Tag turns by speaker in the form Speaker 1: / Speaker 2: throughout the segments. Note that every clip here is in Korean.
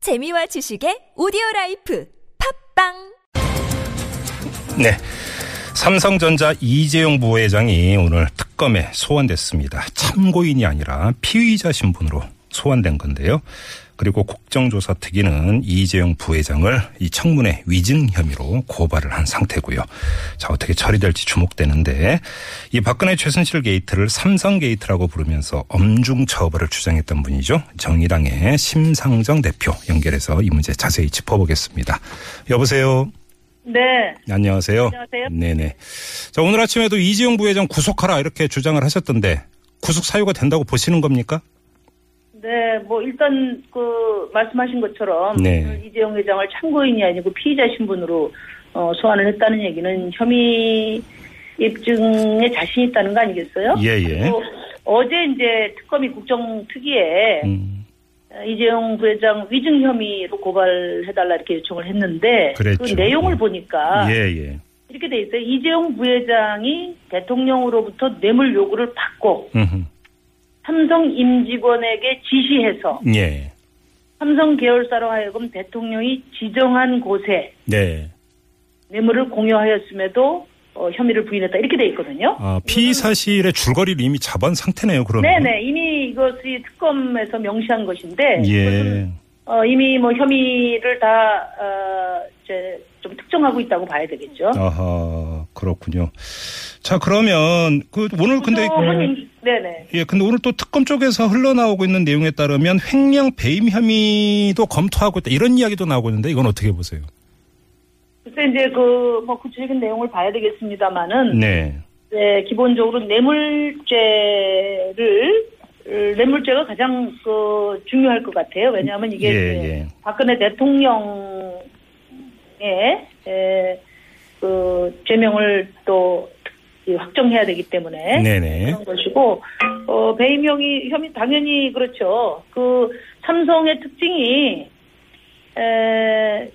Speaker 1: 재미와 지식의 오디오 라이프 팝빵
Speaker 2: 네. 삼성전자 이재용 부회장이 오늘 특검에 소환됐습니다. 참고인이 아니라 피의자 신분으로 소환된 건데요. 그리고 국정조사 특위는 이재용 부회장을 이 청문회 위증 혐의로 고발을 한 상태고요. 자, 어떻게 처리될지 주목되는데 이 박근혜 최순실 게이트를 삼성 게이트라고 부르면서 엄중 처벌을 주장했던 분이죠. 정의당의 심상정 대표 연결해서 이 문제 자세히 짚어보겠습니다. 여보세요.
Speaker 3: 네.
Speaker 2: 안녕하세요.
Speaker 3: 안녕하세요.
Speaker 2: 네네. 자, 오늘 아침에도 이재용 부회장 구속하라 이렇게 주장을 하셨던데 구속 사유가 된다고 보시는 겁니까?
Speaker 3: 네, 뭐 일단 그 말씀하신 것처럼
Speaker 2: 네.
Speaker 3: 이재용 회장을 참고인이 아니고 피의자 신분으로 어, 소환을 했다는 얘기는 혐의 입증에 자신 있다는 거 아니겠어요?
Speaker 2: 예, 예.
Speaker 3: 그리고 어제 이제 특검이 국정 특위에
Speaker 2: 음,
Speaker 3: 이재용 부회장 위증 혐의로 고발해달라 이렇게 요청을 했는데 그
Speaker 2: 그랬죠.
Speaker 3: 내용을
Speaker 2: 예.
Speaker 3: 보니까
Speaker 2: 예, 예.
Speaker 3: 이렇게 돼 있어요. 이재용 부회장이 대통령으로부터 뇌물 요구를 받고
Speaker 2: 음흠.
Speaker 3: 삼성 임직원에게 지시해서
Speaker 2: 예.
Speaker 3: 삼성 계열사로 하여금 대통령이 지정한 곳에
Speaker 2: 네.
Speaker 3: 뇌물을 공유하였음에도 어, 혐의를 부인했다 이렇게 돼 있거든요.
Speaker 2: 아, 피의 사실의 줄거리를 이미 잡은 상태네요, 그러면.
Speaker 3: 네네 이미 이것이 특검에서 명시한 것인데
Speaker 2: 예.
Speaker 3: 어, 이미 뭐 혐의를 다 어, 이제 좀 특정하고 있다고 봐야 되겠죠.
Speaker 2: 아하, 그렇군요. 자, 그러면 그 오늘 근데
Speaker 3: 구속은 임- 네네
Speaker 2: 예, 근데 오늘 또 특검 쪽에서 흘러나오고 있는 내용에 따르면 횡령 배임 혐의도 검토하고 있다. 이런 이야기도 나오고 있는데 이건 어떻게 보세요?
Speaker 3: 글쎄 이제 그 뭐 구체적인 내용을 봐야 되겠습니다만은
Speaker 2: 네.
Speaker 3: 네, 기본적으로 뇌물죄를 어, 뇌물죄가 가장 그 중요할 것 같아요. 왜냐하면 이게
Speaker 2: 예,
Speaker 3: 이제
Speaker 2: 예.
Speaker 3: 박근혜 대통령의 에, 그 죄명을 또 이, 확정해야 되기 때문에
Speaker 2: 네네.
Speaker 3: 그런 것이고 어, 배임형이 혐의 당연히 그렇죠. 그 삼성의 특징이 에,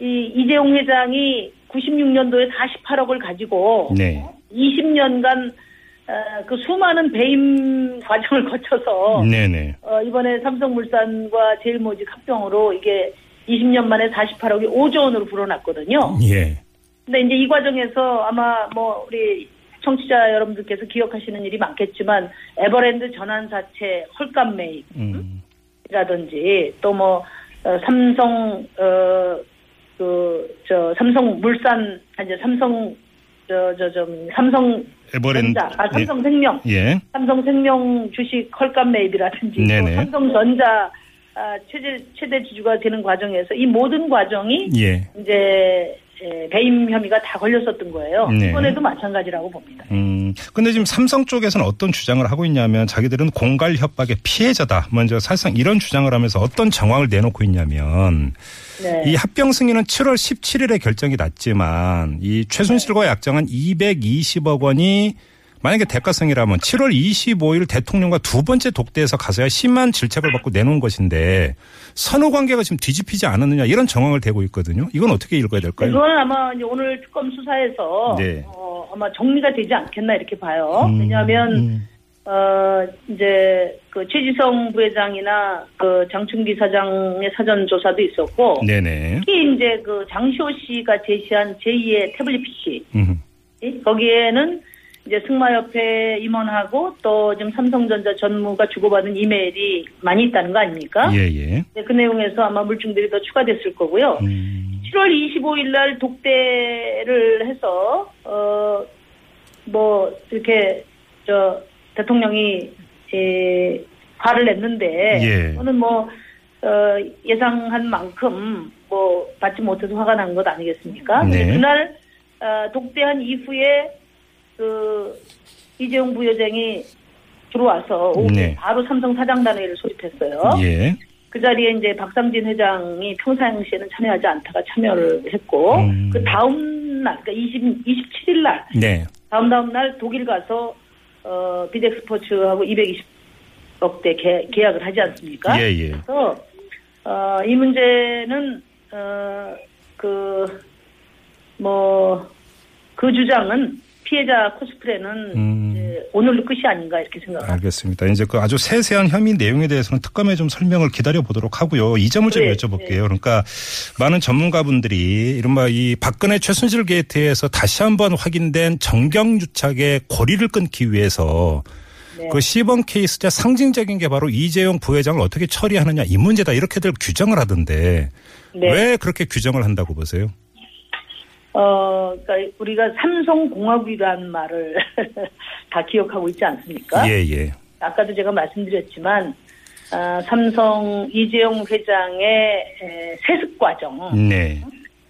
Speaker 3: 이 이재용 회장이 96년도에 48억을 가지고
Speaker 2: 네.
Speaker 3: 20년간 어, 그 수많은 배임 과정을 거쳐서
Speaker 2: 네네.
Speaker 3: 어, 이번에 삼성물산과 제일모직 합병으로 이게 20년 만에 48억이 5조 원으로 불어났거든요.
Speaker 2: 예.
Speaker 3: 근데 이제 이 과정에서 아마 뭐 우리 청취자 여러분들께서 기억하시는 일이 많겠지만 에버랜드 전환사채 헐값
Speaker 2: 음.
Speaker 3: 매입이라든지 또 뭐 삼성 어, 어그저 삼성물산 아니 삼성 저 저 좀 삼성
Speaker 2: 에버랜드.
Speaker 3: 전자, 아, 삼성생명,
Speaker 2: 예. 예.
Speaker 3: 삼성생명 주식 헐값 매입이라든지 또
Speaker 2: 네네.
Speaker 3: 삼성전자 아, 최대 최대 주주가 되는 과정에서 이 모든 과정이
Speaker 2: 예.
Speaker 3: 이제 에, 배임 혐의가 다 걸렸었던 거예요.
Speaker 2: 네.
Speaker 3: 이번에도 마찬가지라고 봅니다.
Speaker 2: 음. 근데 지금 삼성 쪽에서는 어떤 주장을 하고 있냐면 자기들은 공갈 협박의 피해자다. 먼저 사실상 이런 주장을 하면서 어떤 정황을 내놓고 있냐면
Speaker 3: 네.
Speaker 2: 이 합병 승인은 7월 17일에 결정이 났지만 이 최순실과
Speaker 3: 네.
Speaker 2: 약정한 220억 원이 만약에 대가성이라면 7월 25일 대통령과 두 번째 독대에서 가서야 심한 질책을 받고 내놓은 것인데 선후 관계가 지금 뒤집히지 않았느냐 이런 정황을 대고 있거든요. 이건 어떻게 읽어야 될까요?
Speaker 3: 이건 아마 이제 오늘 특검 수사에서
Speaker 2: 네.
Speaker 3: 어, 아마 정리가 되지 않겠나 이렇게 봐요.
Speaker 2: 음,
Speaker 3: 어? 왜냐하면
Speaker 2: 음.
Speaker 3: 어, 이제 그 최지성 부회장이나 그 장충기 사장의 사전 조사도 있었고
Speaker 2: 네네.
Speaker 3: 특히 이제 그 장시호 씨가 제시한 제2의 태블릿 PC
Speaker 2: 음.
Speaker 3: 거기에는 이제 승마협회 임원하고 또 지금 삼성전자 전무가 주고받은 이메일이 많이 있다는 거 아닙니까?
Speaker 2: 예예.
Speaker 3: 네, 그 내용에서 아마 물증들이 더 추가됐을 거고요.
Speaker 2: 음.
Speaker 3: 7월 25일 날 독대를 해서 어 뭐 이렇게 저 대통령이 예, 화를 냈는데
Speaker 2: 예.
Speaker 3: 저는 뭐 어, 예상한 만큼 뭐 받지 못해서 화가 난 것 아니겠습니까?
Speaker 2: 네.
Speaker 3: 근데 그날 어, 독대한 이후에 그 이재용 부여장이 들어와서 오후
Speaker 2: 네.
Speaker 3: 바로 삼성 사장단회를 소집했어요.
Speaker 2: 예.
Speaker 3: 그 자리에 이제 박상진 회장이 평상시에는 참여하지 않다가 참여를 했고
Speaker 2: 음.
Speaker 3: 그 다음 날 그러니까 20 27일 날
Speaker 2: 네.
Speaker 3: 다음 다음 날 독일 가서 어 비덱 스포츠하고 220억 대 계, 약을 하지 않습니까?
Speaker 2: 예예.
Speaker 3: 그래서 어, 이 문제는 어, 어그뭐 그 주장은 뭐, 그 피해자 코스프레는
Speaker 2: 음.
Speaker 3: 이제 이제 오늘로 끝이 아닌가 이렇게 생각합니다.
Speaker 2: 알겠습니다. 이제 그 아주 세세한 혐의 내용에 대해서는 특검에 좀 설명을 기다려 보도록 하고요. 이 점을 좀
Speaker 3: 네,
Speaker 2: 여쭤볼게요. 그러니까 많은 전문가분들이 이른바 이 박근혜 최순실 게이트에서 다시 한번 확인된 정경 유착의 고리를 끊기 위해서
Speaker 3: 네.
Speaker 2: 그 시범 케이스자 상징적인 게 바로 이재용 부회장을 어떻게 처리하느냐 이 문제다 이렇게들 규정을 하던데
Speaker 3: 네.
Speaker 2: 왜 그렇게 규정을 한다고 보세요?
Speaker 3: 어, 그러니까 우리가 삼성공화국이라는 말을 다 기억하고 있지 않습니까?
Speaker 2: 예, 예.
Speaker 3: 아까도 제가 말씀드렸지만 아, 삼성 이재용 회장의 에, 세습 과정
Speaker 2: 네.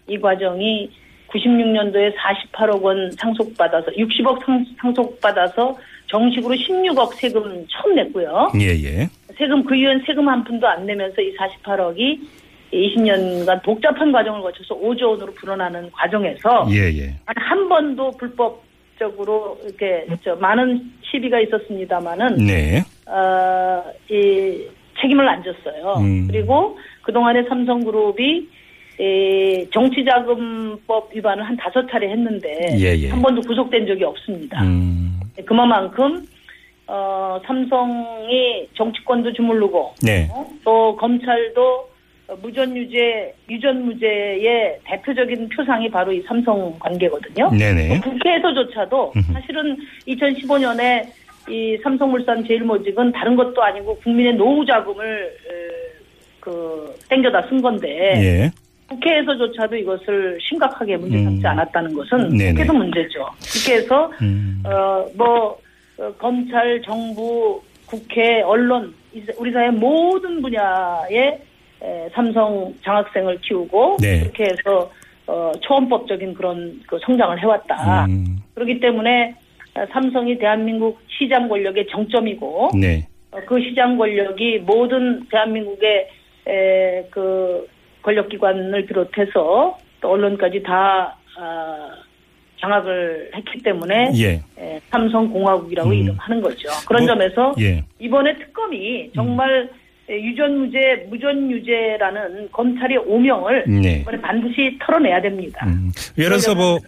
Speaker 3: 이 과정이 96년도에 48억 원 상속받아서 60억 상, 상속받아서 정식으로 16억 세금 처음 냈고요.
Speaker 2: 예, 예.
Speaker 3: 세금 그 이후엔 세금 한 푼도 안 내면서 이 48억이 20년간 복잡한 과정을 거쳐서 5조 원으로 불어나는 과정에서
Speaker 2: 예, 예.
Speaker 3: 한- 한 번도 불법적으로 이렇게 저 많은 시비가 있었습니다마는
Speaker 2: 네.
Speaker 3: 어, 이 책임을 안 졌어요.
Speaker 2: 음.
Speaker 3: 그리고 그동안에 삼성그룹이 이 정치자금법 위반을 한 다섯 차례 했는데
Speaker 2: 예, 예.
Speaker 3: 한 번도 구속된 적이 없습니다.
Speaker 2: 음.
Speaker 3: 그만큼 어, 삼성이 정치권도 주무르고
Speaker 2: 네.
Speaker 3: 어? 또 검찰도 무전유죄 유전무죄의 대표적인 표상이 바로 이 삼성 관계거든요.
Speaker 2: 네, 네.
Speaker 3: 뭐 국회에서조차도
Speaker 2: 음흠.
Speaker 3: 사실은 2015년에 이 삼성물산 제일모직은 다른 것도 아니고 국민의 노후 자금을 에, 그 땡겨다 쓴 건데
Speaker 2: 예.
Speaker 3: 국회에서조차도 이것을 심각하게 문제 삼지
Speaker 2: 음.
Speaker 3: 않았다는 것은
Speaker 2: 네네.
Speaker 3: 국회에서 문제죠. 국회에서
Speaker 2: 음.
Speaker 3: 어뭐 검찰, 정부, 국회, 언론 이 사- 우리 사회 모든 분야에 에, 삼성 장학생을 키우고
Speaker 2: 네.
Speaker 3: 그렇게 해서 어, 초원법적인 그런 그 성장을 해왔다.
Speaker 2: 음.
Speaker 3: 그렇기 때문에 어, 삼성이 대한민국 시장 권력의 정점이고
Speaker 2: 네.
Speaker 3: 어, 그 시장 권력이 모든 대한민국의 에, 그 권력기관을 비롯해서 또 언론까지 다 아, 장악을 했기 때문에
Speaker 2: 예.
Speaker 3: 에, 삼성공화국이라고
Speaker 2: 음.
Speaker 3: 이름하는 거죠. 그런
Speaker 2: 뭐,
Speaker 3: 점에서
Speaker 2: 예.
Speaker 3: 이번에 특검이 정말 에, 유전무죄, 무전유죄라는 검찰의 오명을
Speaker 2: 네.
Speaker 3: 이번에 반드시 털어내야 됩니다.
Speaker 2: 음. 예를 들어서 뭐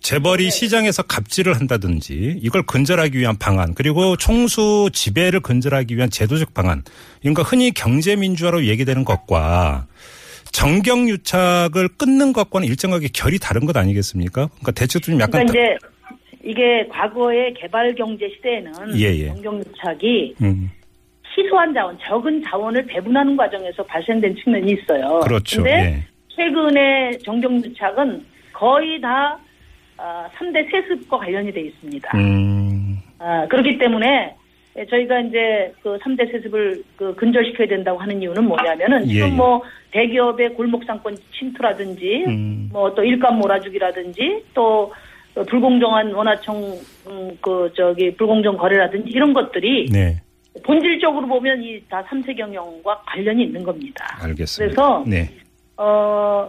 Speaker 2: 재벌이
Speaker 3: 네.
Speaker 2: 시장에서 갑질을 한다든지 이걸 근절하기 위한 방안 그리고 총수 지배를 근절하기 위한 제도적 방안 그러니까 흔히 경제 민주화로 얘기되는 것과 정경 유착을 끊는 것과는 일정하게 결이 다른 것 아니겠습니까? 그러니까 대체로 좀 약간
Speaker 3: 그러니까 이제 이게 과거의 개발 경제 시대에는
Speaker 2: 예, 예.
Speaker 3: 정경유착이
Speaker 2: 다- 음.
Speaker 3: 희소한 자원, 적은 자원을 배분하는 과정에서 발생된 측면이 있어요.
Speaker 2: 그렇죠.
Speaker 3: 근데
Speaker 2: 예.
Speaker 3: 최근에 정경유착은 거의 다 아, 3대 세습과 관련이 돼 있습니다.
Speaker 2: 음.
Speaker 3: 아, 그렇기 때문에 저희가 이제 그 3대 세습을 그 근절시켜야 된다고 하는 이유는 뭐냐면은
Speaker 2: 예, 예.
Speaker 3: 지금 뭐 대기업의 골목상권 침투라든지
Speaker 2: 음.
Speaker 3: 뭐 또 일감 몰아주기라든지 또 어, 불공정한 원화청 음, 그 저기 불공정 거래라든지 이런 것들이
Speaker 2: 네.
Speaker 3: 본질적으로 보면 이 다 삼세 경영과 관련이 있는 겁니다.
Speaker 2: 알겠습니다.
Speaker 3: 그래서
Speaker 2: 네.
Speaker 3: 어,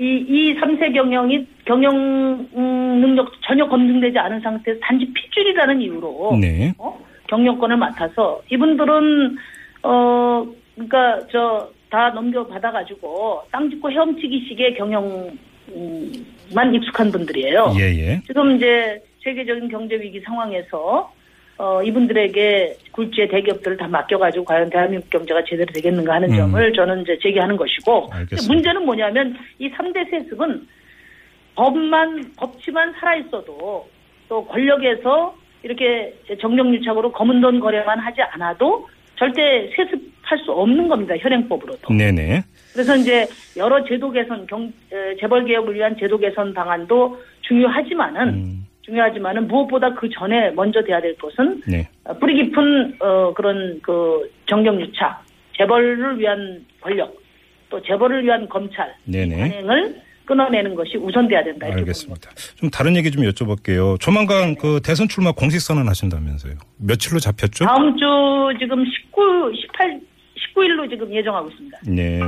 Speaker 3: 이, 이 3세 경영이 경영 음, 능력 전혀 검증되지 않은 상태에서 단지 핏줄이라는 이유로
Speaker 2: 네.
Speaker 3: 어? 경영권을 맡아서 이분들은 어, 그러니까 저 다 넘겨받아 가지고 땅 짓고 헤엄치기식의 경영만 익숙한 분들이에요.
Speaker 2: 예, 예.
Speaker 3: 지금 이제 세계적인 경제 위기 상황에서 어, 이분들에게 굴지의 대기업들을 다 맡겨가지고 과연 대한민국 경제가 제대로 되겠는가 하는
Speaker 2: 음.
Speaker 3: 점을 저는 이제 제기하는 것이고
Speaker 2: 알겠습니다.
Speaker 3: 근데 문제는 뭐냐면 이 3대 세습은 법만 법치만 살아있어도 또 권력에서 이렇게 정경유착으로 검은 돈 거래만 하지 않아도 절대 세습할 수 없는 겁니다 현행법으로도
Speaker 2: 네, 네.
Speaker 3: 그래서 이제 여러 제도 개선 경 에, 재벌 개혁을 위한 제도 개선 방안도 중요하지만은
Speaker 2: 음.
Speaker 3: 중요하지만은 무엇보다 그 전에 먼저 돼야 될 것은
Speaker 2: 네.
Speaker 3: 어, 뿌리 깊은 어, 그런 그 정경유착, 재벌을 위한 권력, 또 재벌을 위한 검찰
Speaker 2: 네, 네.
Speaker 3: 관행을 끊어내는 것이 우선돼야 된다 이렇게 봅니다.
Speaker 2: 알겠습니다. 좀 다른 얘기 좀 여쭤볼게요. 조만간 그 대선 출마 공식 선언하신다면서요. 며칠로 잡혔죠?
Speaker 3: 다음 주 지금 19, 18, 19일로 지금 예정하고 있습니다.
Speaker 2: 네.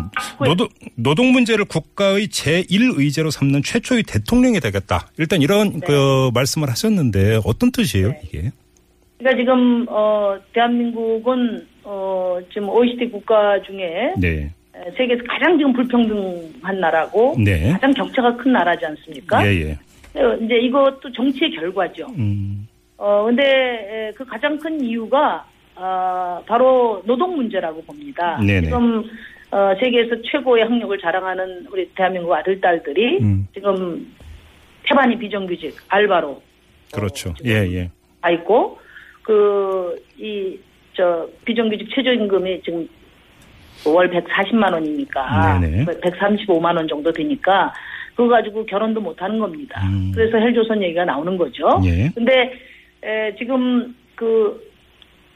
Speaker 2: 노동, 노동 문제를 국가의 제1의제로 삼는 최초의 대통령이 되겠다. 일단 이런 그 말씀을 하셨는데 어떤 뜻이에요,
Speaker 3: 네.
Speaker 2: 이게?
Speaker 3: 그러니까 지금 어, 대한민국은 어, 지금 OECD 국가 중에
Speaker 2: 네.
Speaker 3: 에, 세계에서 가장 지금 불평등한 나라고
Speaker 2: 네.
Speaker 3: 가장 격차가 큰 나라지 않습니까? 네,
Speaker 2: 예, 예.
Speaker 3: 어, 이제 이것도 정치의 결과죠.
Speaker 2: 음,
Speaker 3: 어, 어, 근데 에, 그 가장 큰 이유가 어, 바로 노동 문제라고 봅니다.
Speaker 2: 네네.
Speaker 3: 지금 어, 세계에서 최고의 학력을 자랑하는 우리 대한민국 아들 딸들이
Speaker 2: 음.
Speaker 3: 지금 태반이 비정규직 알바로
Speaker 2: 그렇죠. 예, 예.
Speaker 3: 가 있고 그 이 저 비정규직 최저임금이 지금 월 140만 원이니까
Speaker 2: 네네.
Speaker 3: 135만 원 정도 되니까 그거 가지고 결혼도 못 하는 겁니다.
Speaker 2: 음.
Speaker 3: 그래서 헬조선 얘기가 나오는 거죠.
Speaker 2: 예.
Speaker 3: 근데 에, 지금 그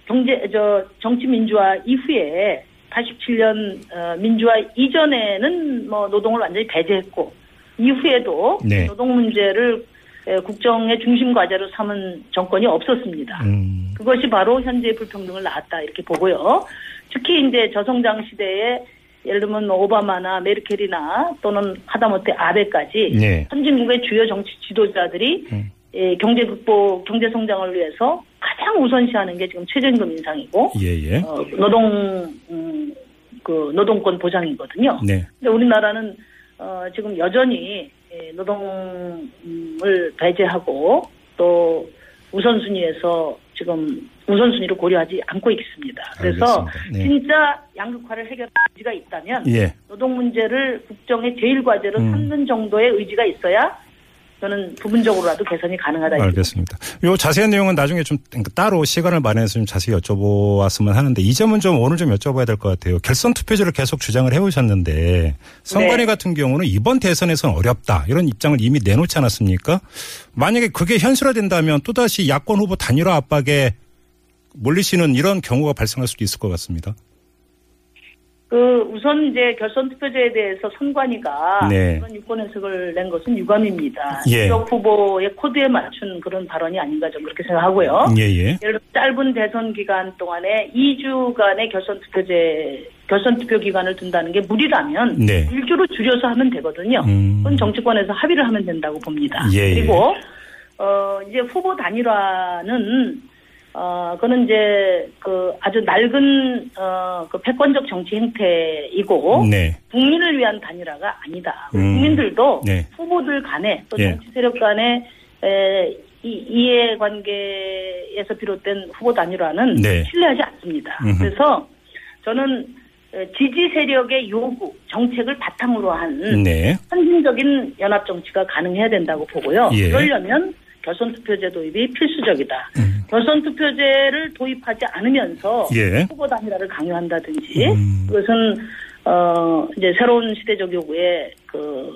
Speaker 3: 경제 저 정치 민주화 이후에 87년 어, 민주화 이전에는 뭐 노동을 완전히 배제했고 이후에도
Speaker 2: 네.
Speaker 3: 노동 문제를 에, 국정의 중심 과제로 삼은 정권이 없었습니다.
Speaker 2: 음.
Speaker 3: 그것이 바로 현재의 불평등을 낳았다 이렇게 보고요. 특히 이제 저성장 시대에 예를 들면 뭐 오바마나 메르켈이나 또는 하다못해 아베까지
Speaker 2: 예.
Speaker 3: 선진국의 주요 정치 지도자들이
Speaker 2: 음.
Speaker 3: 예, 경제 극복, 경제 성장을 위해서 가장 우선시하는 게 지금 최저임금 인상이고
Speaker 2: 예, 예.
Speaker 3: 어, 노동 음, 그 노동권 보장이거든요.
Speaker 2: 네.
Speaker 3: 근데 우리나라는 어, 지금 여전히 예, 노동을 배제하고 또 우선순위에서 지금 우선순위로 고려하지 않고 있습니다. 그래서
Speaker 2: 알겠습니다. 네.
Speaker 3: 진짜 양극화를 해결할 의지가 있다면
Speaker 2: 예.
Speaker 3: 노동 문제를 국정의 제일 과제로
Speaker 2: 음.
Speaker 3: 삼는 정도의 의지가 있어야 저는 부분적으로라도 개선이 가능하다. 이렇게
Speaker 2: 알겠습니다. 요 자세한 내용은 나중에 좀 따로 시간을 마련해서 좀 자세히 여쭤보았으면 하는데 이 점은 좀 오늘 좀 여쭤봐야 될 것 같아요. 결선 투표제를 계속 주장을 해오셨는데 선관위
Speaker 3: 네.
Speaker 2: 같은 경우는 이번 대선에서는 어렵다 이런 입장을 이미 내놓지 않았습니까? 만약에 그게 현실화된다면 또다시 야권 후보 단일화 압박에 몰리시는 이런 경우가 발생할 수도 있을 것 같습니다.
Speaker 3: 그 우선 이제 결선 투표제에 대해서 선관위가
Speaker 2: 네.
Speaker 3: 그런 유권 해석을 낸 것은 유감입니다.
Speaker 2: 예.
Speaker 3: 지역 후보의 코드에 맞춘 그런 발언이 아닌가 좀 그렇게 생각하고요.
Speaker 2: 예예.
Speaker 3: 예를 들어 짧은 대선 기간 동안에 2주간의 결선 투표제 결선 투표 기간을 둔다는 게 무리라면
Speaker 2: 네.
Speaker 3: 일주로 줄여서 하면 되거든요.
Speaker 2: 음.
Speaker 3: 그건 정치권에서 합의를 하면 된다고 봅니다.
Speaker 2: 예, 예.
Speaker 3: 그리고 어 이제 후보 단일화는 어 그는 이제 그 아주 낡은 어그 패권적 정치 행태이고
Speaker 2: 네.
Speaker 3: 국민을 위한 단일화가 아니다. 우리
Speaker 2: 음.
Speaker 3: 국민들도
Speaker 2: 네.
Speaker 3: 후보들 간에 또
Speaker 2: 예.
Speaker 3: 정치 세력 간에 에, 이, 이해관계에서 비롯된 후보 단일화는
Speaker 2: 네.
Speaker 3: 신뢰하지 않습니다.
Speaker 2: 음흠.
Speaker 3: 그래서 저는 에, 지지 세력의 요구, 정책을 바탕으로 한
Speaker 2: 네.
Speaker 3: 선진적인 연합 정치가 가능해야 된다고 보고요.
Speaker 2: 예.
Speaker 3: 그러려면 결선 투표제 도입이 필수적이다. 결선 투표제를 도입하지 않으면서
Speaker 2: 음. 예.
Speaker 3: 후보 단일화를 강요한다든지
Speaker 2: 음.
Speaker 3: 그것은 어 이제 새로운 시대적 요구에 그어저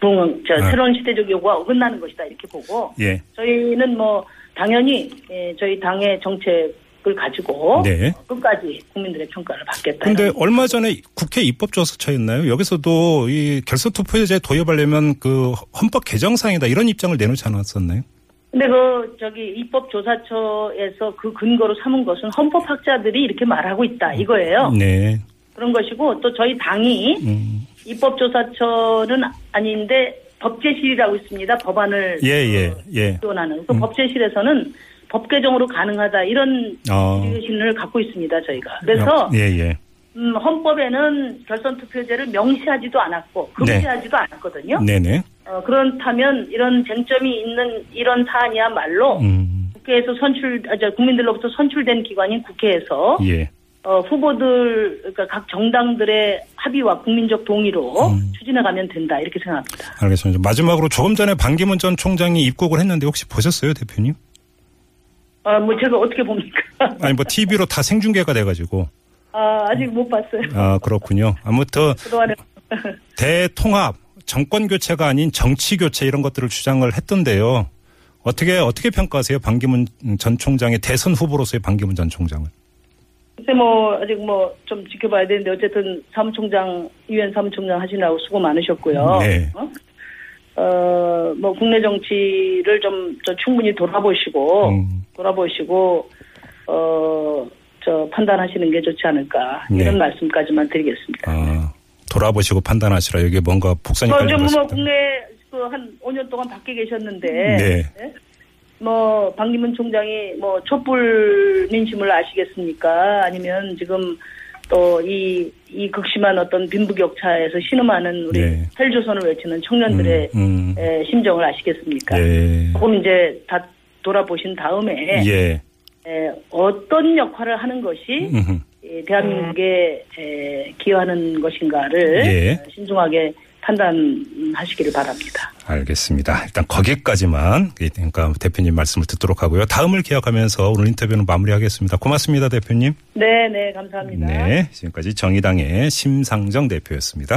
Speaker 3: 부응 저
Speaker 2: 아.
Speaker 3: 새로운 시대적 요구와 어긋나는 것이다 이렇게 보고
Speaker 2: 예.
Speaker 3: 저희는 뭐 당연히 예, 저희 당의 정책을 가지고
Speaker 2: 네.
Speaker 3: 끝까지 국민들의 평가를 받겠다.
Speaker 2: 근데 얼마 전에 국회 입법조사처였나요? 여기서도 이 결선 투표제 도입하려면 그 헌법 개정상이다 이런 입장을 내놓지 않았었나요?
Speaker 3: 근데 그 저기 입법조사처에서 그 근거로 삼은 것은 헌법학자들이 이렇게 말하고
Speaker 2: 음.
Speaker 3: 있다 이거예요.
Speaker 2: 네.
Speaker 3: 그런 것이고 또 저희 당이
Speaker 2: 음.
Speaker 3: 입법조사처는 아닌데 법제실이라고 있습니다. 법안을
Speaker 2: 예, 예, 예.
Speaker 3: 지원하는 그 법제실에서는 법 개정으로 가능하다 이런
Speaker 2: 어.
Speaker 3: 의신을 갖고 있습니다. 저희가 그래서
Speaker 2: 예, 예.
Speaker 3: 음, 헌법에는 결선 투표제를 명시하지도 않았고
Speaker 2: 네.
Speaker 3: 금지하지도 않았거든요.
Speaker 2: 네네.
Speaker 3: 어, 그렇다면 이런 쟁점이 있는 이런 사안이야말로
Speaker 2: 음.
Speaker 3: 국회에서 선출, 아, 저, 국민들로부터 선출된 기관인 국회에서
Speaker 2: 예.
Speaker 3: 어, 후보들, 그러니까 각 정당들의 합의와 국민적 동의로
Speaker 2: 음.
Speaker 3: 추진해가면 된다 이렇게 생각합니다.
Speaker 2: 알겠습니다. 마지막으로 조금 전에 반기문 전 총장이 입국을 했는데 혹시 보셨어요, 대표님?
Speaker 3: 아, 뭐 제가 어떻게 봅니까?
Speaker 2: 아니 뭐 TV로 다 생중계가 돼가지고
Speaker 3: 아, 아직 못 봤어요.
Speaker 2: 아 그렇군요. 아무튼
Speaker 3: 그동안에
Speaker 2: 대통합, 정권 교체가 아닌 정치 교체 이런 것들을 주장을 했던데요. 어떻게 어떻게 평가하세요? 반기문 전 총장의 대선 후보로서의 반기문 전 총장을.
Speaker 3: 글쎄 뭐 아직 뭐 좀 지켜봐야 되는데 어쨌든 사무총장 유엔 사무총장 하시느라고 수고 많으셨고요.
Speaker 2: 네.
Speaker 3: 어? 어, 뭐 국내 정치를 좀, 저 충분히 돌아보시고
Speaker 2: 음.
Speaker 3: 돌아보시고 어, 저 판단하시는 게 좋지 않을까
Speaker 2: 네.
Speaker 3: 이런 말씀까지만 드리겠습니다.
Speaker 2: 아, 돌아보시고 판단하시라. 여기 뭔가 복선이
Speaker 3: 뭐, 좀,
Speaker 2: 걸린
Speaker 3: 뭐,
Speaker 2: 것 같습니다.
Speaker 3: 국내, 그, 한 5년 동안 밖에 계셨는데,
Speaker 2: 네.
Speaker 3: 뭐, 박림문 총장이, 뭐, 촛불 민심을 아시겠습니까? 아니면 지금, 또 이 이 극심한 어떤 빈부격차에서 신음하는 우리
Speaker 2: 예.
Speaker 3: 헬조선을 외치는 청년들의 그러니까
Speaker 2: 음, 음.
Speaker 3: 에, 심정을 아시겠습니까?
Speaker 2: 예.
Speaker 3: 조금 이제 다 돌아보신 다음에
Speaker 2: 예.
Speaker 3: 에, 어떤 역할을 하는 것이
Speaker 2: 음흠.
Speaker 3: 이 대한민국에 에, 기여하는 것인가를
Speaker 2: 예.
Speaker 3: 신중하게 판단하시기를 바랍니다.
Speaker 2: 알겠습니다. 일단 거기까지만 그러니까 대표님 말씀을 듣도록 하고요. 다음을 기약하면서 오늘 인터뷰는 마무리하겠습니다. 고맙습니다, 대표님.
Speaker 3: 네, 네, 감사합니다.
Speaker 2: 네, 지금까지 정의당의 심상정 대표였습니다.